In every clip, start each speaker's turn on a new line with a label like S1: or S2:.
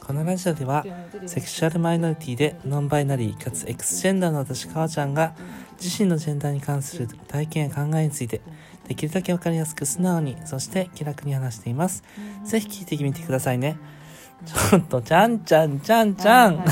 S1: このラジオではセクシュアルマイノリティでノンバイナリーかつエクスジェンダーの私かわちゃんが自身のジェンダーに関する体験や考えについてできるだけわかりやすく素直にそして気楽に話していますぜひ聞いてみてくださいねちょっとちゃんちゃんちゃんちゃん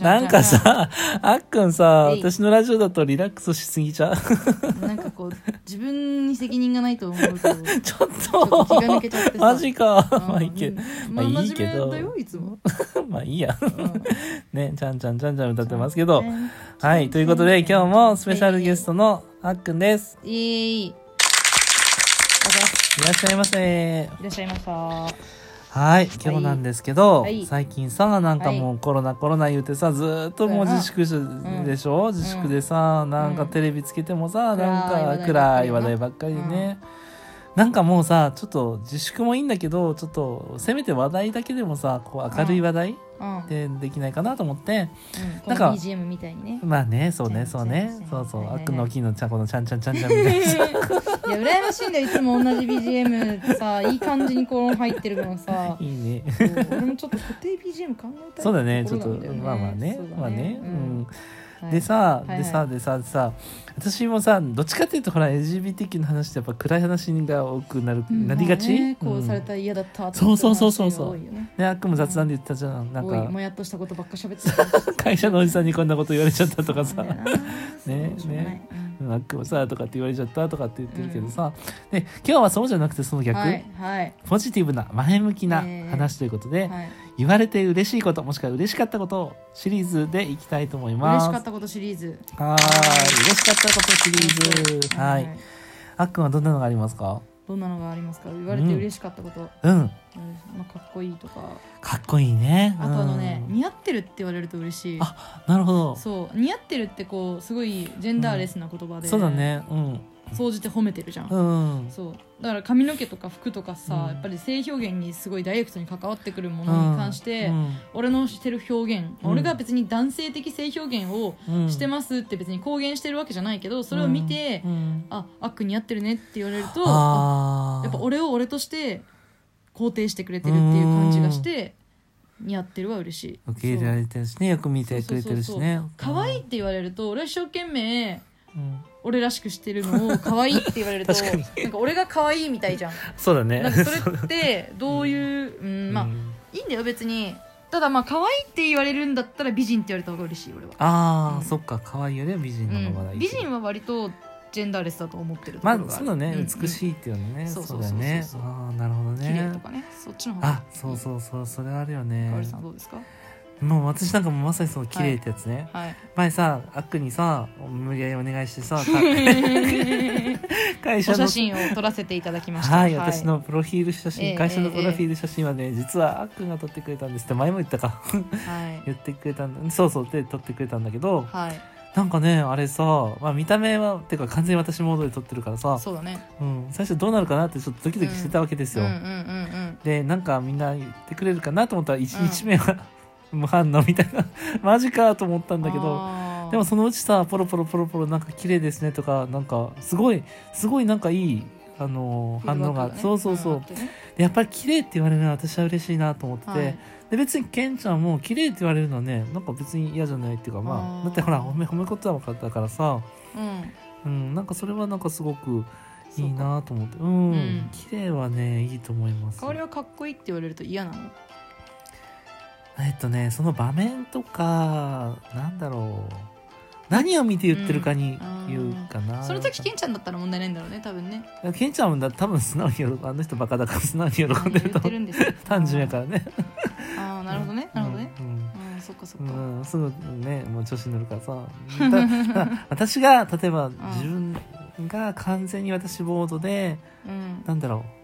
S1: なんかさあっくんさ
S2: えい
S1: 私のラジオだとリラックスしすぎちゃう
S2: なんかこう自分に責任がないと思うとちょっ
S1: ちょっ
S2: と気が抜
S1: と
S2: けちゃって さ
S1: マジか
S2: うん
S1: まあいいけどまあいいけど
S2: 真面目だよいつも
S1: まあいいや
S2: うん
S1: ねちゃんちゃんちゃんちゃん歌ってますけどはい。ということで、今日もスペシャルゲストのあっくんです。
S2: イエーイ
S1: いらっしゃいませ。
S2: いらっしゃいましたは
S1: はい。今日なんですけど、
S2: はい
S1: 最近さ、なんかもうコロナコロナ言うてさ、ずーっともう自粛でしょ、自粛でさ、なんかテレビつけてもさ、なんか暗
S2: 暗
S1: い
S2: い
S1: 話
S2: 話
S1: 題
S2: 題
S1: ばっかりでね。なんかもうさ、ちょっと自粛もいいんだけど、ちょっとせめて話題だけでもさ、こう明るい話題
S2: うん、うん、
S1: でできないかなと思って、な
S2: この
S1: んか
S2: BGM みたいにね
S1: まあね、そうね、
S2: ち
S1: そ
S2: ゃ
S1: うん
S2: ちゃん
S1: ね
S2: ちゃん。
S1: そうそう、
S2: はい
S1: あ
S2: はいはい
S1: っくんのおきのちゃんこのちゃんちゃんちゃんちゃん みたいな。
S2: いや羨ましいんだよいつも同じ BGM さいい感じにこう入ってるからさ
S1: いいね。
S2: そう俺もちょっと固定 BGM 考えたい
S1: そうだね、ち
S2: こ
S1: ょっ
S2: ろ
S1: と、
S2: なんよ
S1: まあまあね
S2: そうだ、
S1: まあね、う
S2: うん
S1: ん。でさ、
S2: はい
S1: でさ、でさ、でさ、私もさ、どっちかっていうと、ほら、LGBTQ の話ってやっぱ暗い話が多くなる、
S2: うん
S1: なりがち、
S2: まあねこうされ
S1: ん
S2: たら嫌だったって
S1: そうそうそうそうそう
S2: 話が多いよね
S1: ね、あっくんも雑談で言ってたじゃん。なん
S2: 多い
S1: か
S2: も、やっとしたことばっか喋 ってた
S1: 会社のおじさんにこんなこと言われちゃったとか
S2: そ
S1: さ
S2: う。だよな
S1: ね
S2: そうしょうがないうん
S1: うんあっくんもさとかって言われちゃったとかって言ってるけどさ、で今日はそうじゃなくてその逆、
S2: はいはい
S1: ポジティブな前向きな
S2: えー
S1: 話ということで、
S2: はい
S1: 言われて嬉しいこともしくは嬉しかったことをシリーズでいきたいと思いま
S2: 嬉
S1: す。
S2: しかったことシリーズ
S1: はーい、嬉しかったことシリーズ。はい、あっくんはどんなのがありますか。
S2: どんなのがありますか言われて嬉しかったこと、うん
S1: うん、
S2: まあ、かっこいいとか
S1: かっこいいね。
S2: あとあのね、
S1: うん
S2: 似合ってるって言われると嬉しい
S1: あなるほど。そ
S2: そう似合ってるってこうすごいジェンダーレスな言葉
S1: う
S2: で、
S1: だね、うん、
S2: 総じて褒めてるじゃん、
S1: うん、
S2: そうだから髪の毛とか服とかさ、
S1: うん
S2: やっぱり性表現にすごいダイレクトに関わってくるものに関して、俺のしてる表現、
S1: うん
S2: 俺が別に男性的性表現をして
S1: す。
S2: ますって別に公言してるわけじゃないけどそれを見て、
S1: うんうん
S2: ああっくん似合ってるねって言われると
S1: あ
S2: あ
S1: ー
S2: やっぱ俺を俺として肯定してくれてるっていう感じがして似合ってるは嬉しい
S1: 受け入れられてるしね、よく見てくれてるしね。
S2: 可愛いって言われると俺は一生懸命
S1: うん
S2: 俺らしくしてるのを可愛いって言われると
S1: 確かに
S2: なんか俺が可愛いみたいじゃん
S1: そうだね
S2: なんかそれってどういう、うん、ま あ、
S1: うん
S2: いいんだよ別にただまあ可愛いって言われるんだったら美人って言われた方が嬉しい俺は、
S1: ああ、
S2: うん
S1: そっか、可愛いよね、美人
S2: う
S1: の方がい
S2: ん、
S1: い。
S2: 美人は割とジェンダーレスだと思ってるとこ
S1: ま
S2: ろがある、
S1: あ、そうだね、美
S2: い
S1: しいっていうのね、
S2: そう
S1: そ
S2: そううそ
S1: だ
S2: うそう
S1: ね。
S2: そう
S1: ああ、なるほど
S2: 綺麗と
S1: ね。
S2: かねそっちの方が
S1: あ、そうそうそう、それはあるよね
S2: かおり。さんどうですか
S1: もう私なんかもうまさにその綺麗ってやつね。
S2: はい
S1: 前さ、あっくんにさ、無理やりお願いしてさ、か会
S2: お
S1: 社の
S2: 写。真を撮らせていただきました
S1: はい、私のプロフィール写
S2: え
S1: 真、
S2: え
S1: 会社のプロフィール写真はね、実はあっくんが撮ってくれたんですって、前も言ったか。
S2: はい
S1: 言ってくれたんだ。そうそう、で撮ってくれたんだけど、
S2: はい、
S1: なんかね、あれさ、まあ見た目は、てか完全に私モードで撮ってるからさ、
S2: そうだね
S1: うん、最初どうなるかなってちょっとドキドキしてたわけです
S2: うん
S1: よ。
S2: うんうん
S1: でなんかみんな言ってくれるかなと思ったら1日目は 無反応みたいな マジかと思った
S2: うん
S1: んだけど
S2: あー
S1: でもそのうちさポロポロポロポロなんか綺麗ですねとかなんかすごいすごいなんかいいあのー反応が、
S2: フィードバックね
S1: そうそうそ
S2: んあ
S1: う
S2: ってね
S1: でやっぱり綺麗って言われるのは私は嬉しいなと思ってて、
S2: はい
S1: で別にケンちゃんも綺麗って言われるのはねなんか別に嫌じゃないっていうかまあ
S2: あー
S1: だってほら褒め褒め言葉だからからさ、
S2: うん
S1: うん、なんかそれはなんかすごくい
S2: そう
S1: い
S2: か
S1: なと思ってうん、
S2: うん
S1: 綺麗はねいいと思います
S2: 香りはかっこいいって言われると嫌なの
S1: えっとねその場面とかなんだろう何を見て言ってるかに言うかな、
S2: その時ケンちゃんだったら問題ないんだろうね多分ね
S1: ケンちゃんもだ多分素直に喜あの人バカだから素 直に喜ん
S2: あの
S1: で
S2: 言
S1: ると
S2: って
S1: 思
S2: る
S1: うん
S2: ですよ
S1: 単純やからね
S2: ああなるほどねなるほどね
S1: うん
S2: うんそっかそっ
S1: う
S2: か
S1: んうんすぐねもう調子に乗るからさだだ私が例えば自分が完全に私ボードで
S2: うん
S1: なんだろう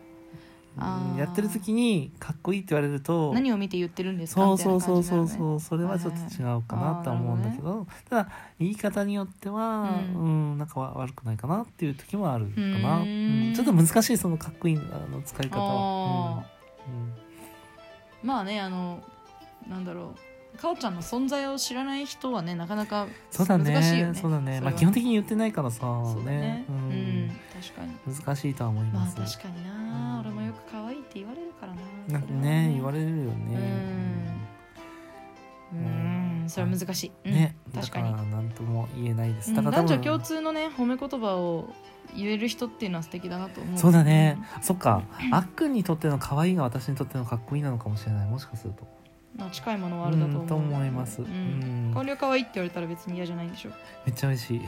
S2: あー
S1: やってる時にかっこいいって言われると
S2: 何を見て言ってるんですか
S1: そう
S2: みたい
S1: そう
S2: な
S1: そ
S2: 感
S1: う
S2: じだ
S1: そ
S2: よ
S1: うそ
S2: ね
S1: うそれはちょっと違うかなとは思うんだけど、ただ言い方によっては、う、
S2: うん
S1: なんかわ悪くないかなっていう時もあるかな、
S2: うーん
S1: うんちょっと難しいそのかっこいいあの使い方は
S2: あ、
S1: うん
S2: ーまあねあのなんだろうかおちゃんの存在を知らない人はねなかなか
S1: そうだね
S2: 難しいよね
S1: そうだね
S2: それ
S1: まあ
S2: は
S1: 基本的に言ってないからさ
S2: そうだね
S1: う
S2: うんん確かに
S1: 難しいとは思い
S2: ま
S1: ま
S2: あ
S1: す、
S2: 確かに
S1: う
S2: なん俺もよく可愛いって言われるからなそ
S1: な
S2: れ
S1: ん
S2: は
S1: かね言われるよね
S2: うんうんそれは難しい、うん
S1: ね
S2: 確か
S1: だ
S2: に
S1: から何とも言えないで
S2: う
S1: す
S2: ん
S1: だから多
S2: 男
S1: 分
S2: 女共通のね褒め言葉を言える人っていうのは素敵だなと思う
S1: そうだね、そっかあっくんにとっての可愛いが私にとってのかっこいいなのかもしれないもしかすると
S2: まあ、近いものはあるだと思う、
S1: うんと思います
S2: うん
S1: うん
S2: 香りが可愛いって言われたら別に嫌じゃないんでしょう、
S1: めっちゃ嬉しい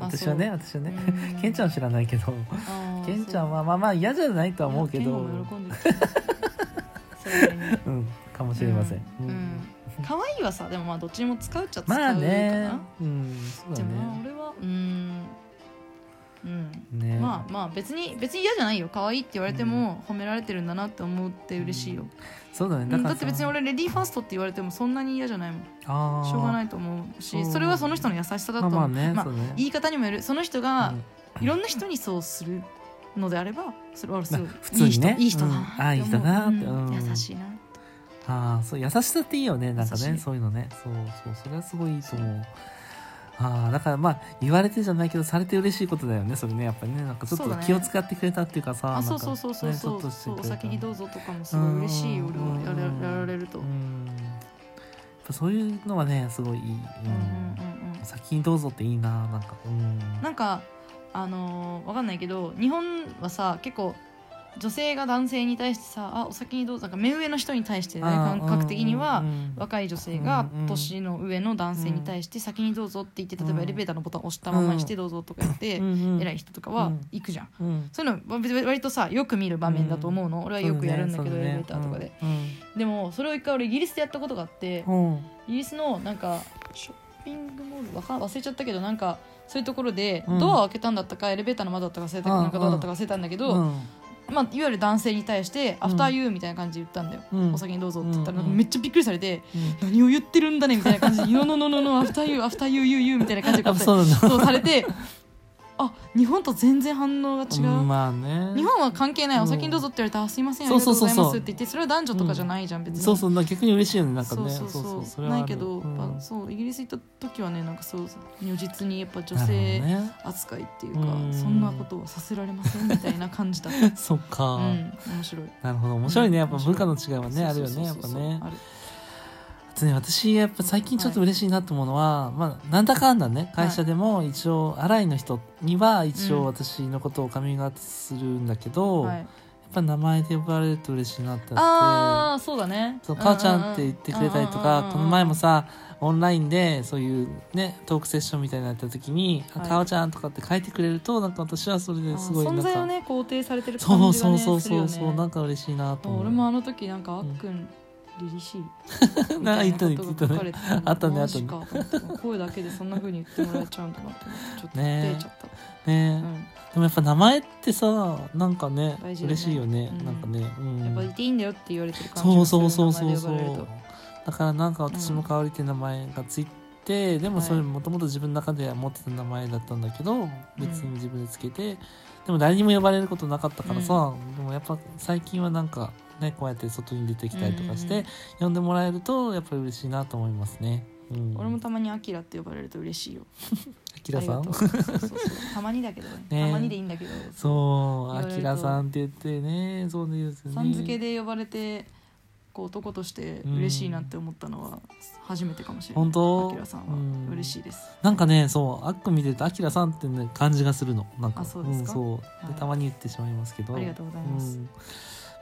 S2: あ
S1: 私はね私はね
S2: うん
S1: ケンちゃんは知らないけど
S2: あー
S1: ケンちゃんはまあまあ嫌じゃないとは思うけ
S2: ケン
S1: ど
S2: も喜んでる と思うそれなりに
S1: うんかもしれません
S2: うん
S1: う
S2: うんん可愛いはさでもまあどっちにも使うっちゃ使うかな、
S1: まあねうんそう
S2: で
S1: だ
S2: もまあ
S1: ね
S2: 俺はうんうん
S1: ね
S2: まあまあ別に別に嫌じゃないよ可愛いって言われても褒められてるんだなって思って嬉しいよ、
S1: そうだね
S2: だ
S1: だから
S2: だ
S1: さ
S2: って別に俺レディーファーストって言われてもそんなに嫌じゃないもん
S1: あー
S2: しょうがないと思う
S1: う
S2: し
S1: ん
S2: それはその人の優しさだ
S1: ま
S2: と
S1: あ
S2: 思う,、
S1: まあね
S2: まあ
S1: そうね
S2: 言い方にもよるその
S1: う
S2: 人
S1: ん
S2: がいろんな人にそうするのであればそれはすごい
S1: まあ普通にね
S2: いい人いい人だ
S1: うん
S2: な
S1: あいい人だなって
S2: って思ううん
S1: うん
S2: 優しいな
S1: ああそう優しさっていいよねなんか
S2: 優
S1: ね
S2: しい
S1: そういうのねそうそうそれはすごいいいと思うああだからまあ言われてじゃないけどされて嬉しいことだよねそれねやっぱりねなんかちょっ
S2: そう
S1: と
S2: だね
S1: 気を使ってくれたっていうかさな
S2: あ
S1: んか
S2: そうそうそうそう
S1: ねち
S2: そ
S1: ょ
S2: う,、
S1: っとして
S2: そ
S1: く
S2: う
S1: れ
S2: お
S1: た
S2: 先にどうぞとかもすごい嬉しい俺はやらやられると、
S1: う
S2: うん
S1: んやっぱそういうのはねすごいいい、うん
S2: うんうんうん、
S1: 先にどうぞっていいななんかうん
S2: なんかあのーわかんないけど日本はさ結構女性が男性に対してさあお先にどうぞなんか目上の人に対してね
S1: あー
S2: 感覚的には
S1: うんうん
S2: 若い女性が
S1: うんうん
S2: 年の上の男性に対して先にどうぞって言って例えばエレベーターのボタンを押したままにしてどうぞとか言って
S1: うんうん
S2: 偉い人とかは
S1: うん
S2: 行くじゃん
S1: うん
S2: そういうの割割とさよく見る場面だと思うの俺はよくやるんだけどエレベーターとかででもそれを一回俺イギリスでやったことがあって
S1: うんうん
S2: イギリスのなんかショッピングモールわか忘れちゃったけどなんかそういうところで
S1: うん
S2: ドアを開けたんだったかエレベーターの窓だったか忘れた
S1: うん
S2: なんかどうだったか忘れたんだけど、
S1: うん
S2: まあ、いわゆる男性に対して「
S1: ん
S2: アフターユー」みたいな感じで言ったんだよ、
S1: うん
S2: お先にどうぞって言ったらなんか
S1: うん
S2: めっちゃびっくりされて
S1: うん
S2: 「何を言ってるんだね」みたいな 感じで「ノノノノノアフターユーアフターユーユーユー」みたいな感じで
S1: あそうなんだ
S2: そうされてあ日本と全然反応が違う。
S1: うんまあね
S2: 日本は関係ない、
S1: うん
S2: お先にどうぞって言われたらあ「すいませんあり
S1: そう
S2: が
S1: そ
S2: と
S1: うう
S2: ご
S1: そうそう
S2: ざいます」って言ってそれは男女とかじゃないじゃん別に
S1: そうそうなんか逆に嬉しいよねなんか
S2: そう
S1: ね
S2: そうそう
S1: それはあ
S2: な
S1: る
S2: いけど、
S1: うん
S2: やっぱそうイギリス行った時はねなんかそう如実にやっぱ女
S1: なるほど
S2: 性
S1: ね
S2: 扱いっていうか
S1: うん
S2: そんなことをさせられませんみたいな感じだっ た
S1: そっか、
S2: うん面白い
S1: なるほど面白いねやっぱ
S2: うん
S1: 文化の違いはねある
S2: そう
S1: よ
S2: そう
S1: ねや
S2: そ
S1: っ
S2: う
S1: ぱ
S2: そう
S1: ね
S2: ある
S1: あとね私やっぱ最近ちょっと嬉しいなと思うのは、まあなんだかんだね会社でも一応新井の人には一
S2: うん
S1: 応私のことをカミングアウトするんだけど、
S2: は
S1: やっ
S2: い、
S1: ぱ名前で呼ばれると嬉しいなって
S2: あ
S1: あって
S2: あそうだね
S1: そう母ちゃんって言ってくれたりと
S2: うんうんうんうんうんうん
S1: かこの前もさオンラインでそういうねトークセッションみたいなのやった時に「あ
S2: はい
S1: かおちゃん」とかって書いてくれるとなんか私はそれ
S2: あー
S1: ですごいなん
S2: 存
S1: か
S2: 在をね肯定されてる感じが
S1: そう
S2: ね
S1: そうそう
S2: す
S1: そ
S2: るよ
S1: う
S2: ね
S1: そう、なんか嬉しいなと思う
S2: 俺もあの時なんかあっくん凛々しいみたいなことが書かれ て
S1: ねあったねあったね
S2: マジかと思って声だけでそんな風に言ってもらえちゃうんだなって思ってちょっと
S1: ね
S2: 出ちゃった、
S1: ね、
S2: うん
S1: でもやっぱ名前ってさなんかね
S2: 大事だね
S1: 嬉しいよね、
S2: うん
S1: なんかね、うん、
S2: やっぱいていいんだよって言われてる感じ
S1: そう
S2: が
S1: そう
S2: す
S1: そ
S2: る
S1: うそう
S2: 名前で呼
S1: そ
S2: ばれる
S1: うだからなんか私も「かおり」って名前がついて、でもそれ
S2: はい
S1: もともと自分の中では持ってた名前だったんだけど別に自分でつけて、でも誰にも呼ばれることなかったからさ、でもやっぱ最近はなんかねこうやって外に出てきたりとかして、
S2: うんうん
S1: 呼んでもらえるとやっぱり嬉しいなと思いますね、うん、
S2: と俺もたまに「アキラ」って呼ばれると嬉しいよ
S1: あきらさ
S2: あ
S1: ん
S2: りがとうそうそうそうたまにだけどね
S1: ね
S2: たまにでいいんだけど
S1: そう、
S2: 言わ
S1: あ
S2: れると
S1: きらさんって言ってね、そうですね。
S2: さん付けで呼ばれてこう男として嬉しいなって思ったのは初めてかもしれない
S1: 本当
S2: あきらさん
S1: うん
S2: は嬉しいです
S1: なんかね、そう、あっくん見てると、あきらさんってね、感じがするの。なんか、
S2: あそうですか
S1: ん、そう、
S2: はい
S1: でたまに言ってしまいますけど。
S2: ありがとうございます
S1: んま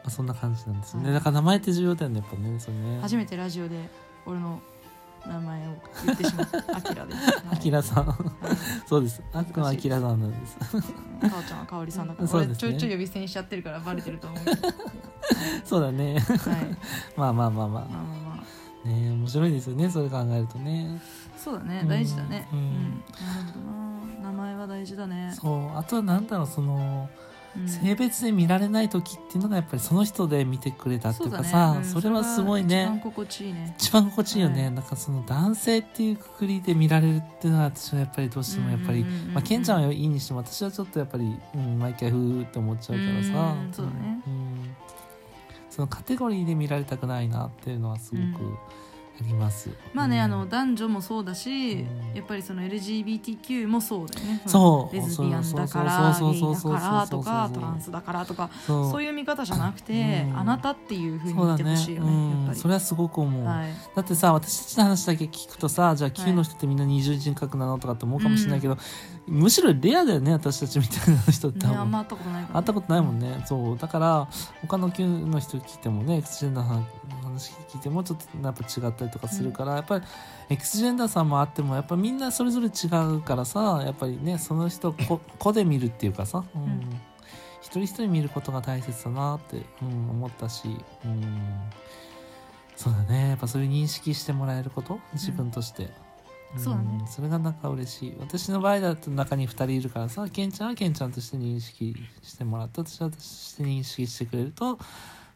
S1: あ、そんな感じなんですね。
S2: はい
S1: だから、名前って重要だよね、やっぱね、そうね。
S2: 初め
S1: て。
S2: てラジオで俺の名前を言って しまったあきらです
S1: あきらさん、
S2: はい
S1: そうです。あっくんはあきらさんなんです。
S2: かおちゃんはかおりさんだから、
S1: そう
S2: 俺
S1: ですね
S2: ちょいちょい呼び捨てにしちゃってるからバレてると思うけど
S1: そうだね。
S2: はい
S1: まあ、まあ、まあ、ま
S2: まあまあま
S1: あ。ね、面白いですよね。それ考えるとね。
S2: あそうだね
S1: うん
S2: 大事だねう、
S1: うんん
S2: なるほどな名前は大事だね
S1: そう、あとは、なんだろう、その。
S2: うん
S1: 性別で見られない時っていうのがやっぱりその人で見てくれたっていうかさそ,、
S2: うだねうん
S1: れはすごいね
S2: それが一番心地いいね
S1: 一番心地いいよね、
S2: は
S1: なんかその男性っていうくくりで見られるっていうのは私はやっぱりどうしてもやっぱり、
S2: うんうんうんうん
S1: まあ、ケンちゃんはいいにしても私はちょっとやっぱり、うん、毎回ふーって思っちゃうからさ、
S2: うんそうだね
S1: んそのカテゴリーで見られたくないなっていうのはすごく、
S2: うん
S1: やります
S2: まあね、
S1: うん
S2: あの男女もそうだし、
S1: うん
S2: やっぱりその LGBTQ もそうだよね
S1: そう
S2: レズビアンだから
S1: そう
S2: ゲイ
S1: そう
S2: だ
S1: そうそう
S2: から
S1: そうそ
S2: とか
S1: うそう
S2: トランスだからとか
S1: そう
S2: そういう見方じゃなくて、
S1: うん
S2: あなたっていうふうに
S1: そう
S2: 見
S1: だ
S2: て
S1: ね
S2: ほしいよね
S1: う
S2: や
S1: ん
S2: っ
S1: そ
S2: ぱり
S1: れはすごく思う、
S2: はい
S1: だってさ私たちの話だけ聞くとさじゃあ Q の人ってみんな二重人格なのとかって思うかもしれないけど、むしろレアだよね私たちみたいな人って多
S2: ね、
S1: 分、
S2: あんま会ったことないから
S1: 会ったことないもんねそうだから他の Q の人聞いてもね X ジェンダーの話聞いてもちょっとやっぱ違ったりとかするから、やっぱり X ジェンダーさんもあってもやっぱみんなそれぞれ違うからさやっぱりねその人こ個で見るっていうかさ、うん
S2: うん
S1: 一人一人見ることが大切だなって、うん、思ったし、うん、そうだねやっぱそういう認識してもらえること自分として。ん
S2: そうだね
S1: それがなんか嬉しい私の場合だと中に2人いるからさケンちゃんはケンちゃんとして認識してもらって私は私として認識してくれると、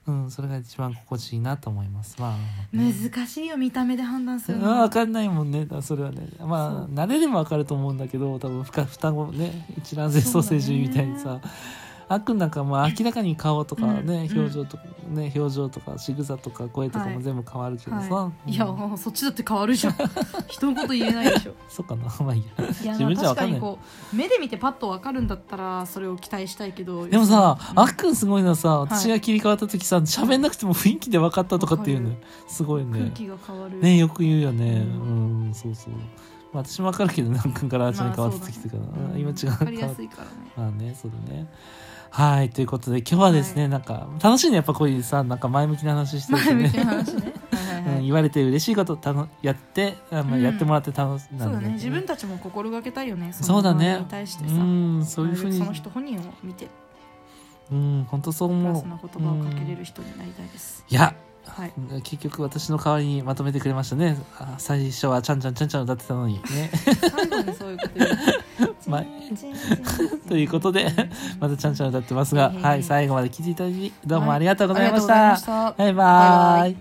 S1: うん、それが一番心地いいなと思いますまあ、
S2: 難しいよ見た目で判断するの
S1: 分かんないもんねだそれはねま
S2: そ
S1: あ慣れれば分かると思うんだけど多分ふか双子ね一卵性ソーセージみたいに
S2: そうだ
S1: さ、あっくんなんかまあ明らかに顔とかね、
S2: うん
S1: 表情とかね表情とか仕草とか声とか
S2: は
S1: も
S2: い
S1: 全部変わるけどさ、
S2: はい、い
S1: うん
S2: やそっちだって変わるじ ゃん人のこと言えないでしょ
S1: そうかな まあいいや
S2: いや
S1: 自分じゃわか
S2: 確か
S1: んない
S2: にこう目で見てパッとわかるんだったらそれを期待したいけど
S1: でもさ、
S2: うん
S1: あっくんすごいのはさ、
S2: い
S1: 私が切り替わった時さ、喋んなくても雰囲気で分かったとかっていうの
S2: わ
S1: よ、すごい
S2: 空
S1: ね。
S2: 気が変わる、
S1: ね、よく言うよね。
S2: う
S1: うん、そうそう。まあ私も分かるけどね、あっくんからあっちに変わった時とか、
S2: うん
S1: あ今違う
S2: わかりや
S1: 変わっ
S2: すいからね
S1: まあね、そうだね。はい、ということで今日はですね、なんか、楽しいね、やっぱこういうさ、なんか前向きな話してると
S2: 前向きな
S1: ね。
S2: 話ねはいはい
S1: うん
S2: はい
S1: 言われて嬉しいことたのやって、あまあ、
S2: うん
S1: やってもらって楽しい
S2: そうだね自分
S1: た
S2: たちも心がけたいよね
S1: そうだね
S2: その人に対してさ
S1: うんそういうふうに
S2: なるべくその人本人を見て
S1: うん本当そう
S2: プラ
S1: 思
S2: ス
S1: う
S2: な言葉をかけれる人になりたいです、
S1: いや
S2: はい
S1: 結局私の代わりにまとめてくれましたねあ最初は「ちゃんちゃんちゃんちゃん」歌ってたのにね
S2: 最後にそういうこと言う
S1: まあと
S2: と
S1: いう ことでまたちゃんちゃん歌ってますが、
S2: はい
S1: はい、最後まで聞いていただきどうもありがとうございまし
S2: ありがとうござい
S1: た
S2: まし、た
S1: バイバ
S2: バイバ
S1: イ
S2: イ